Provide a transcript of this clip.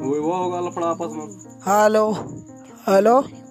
हुआ होगा लफड़ा आपस में हेलो हेलो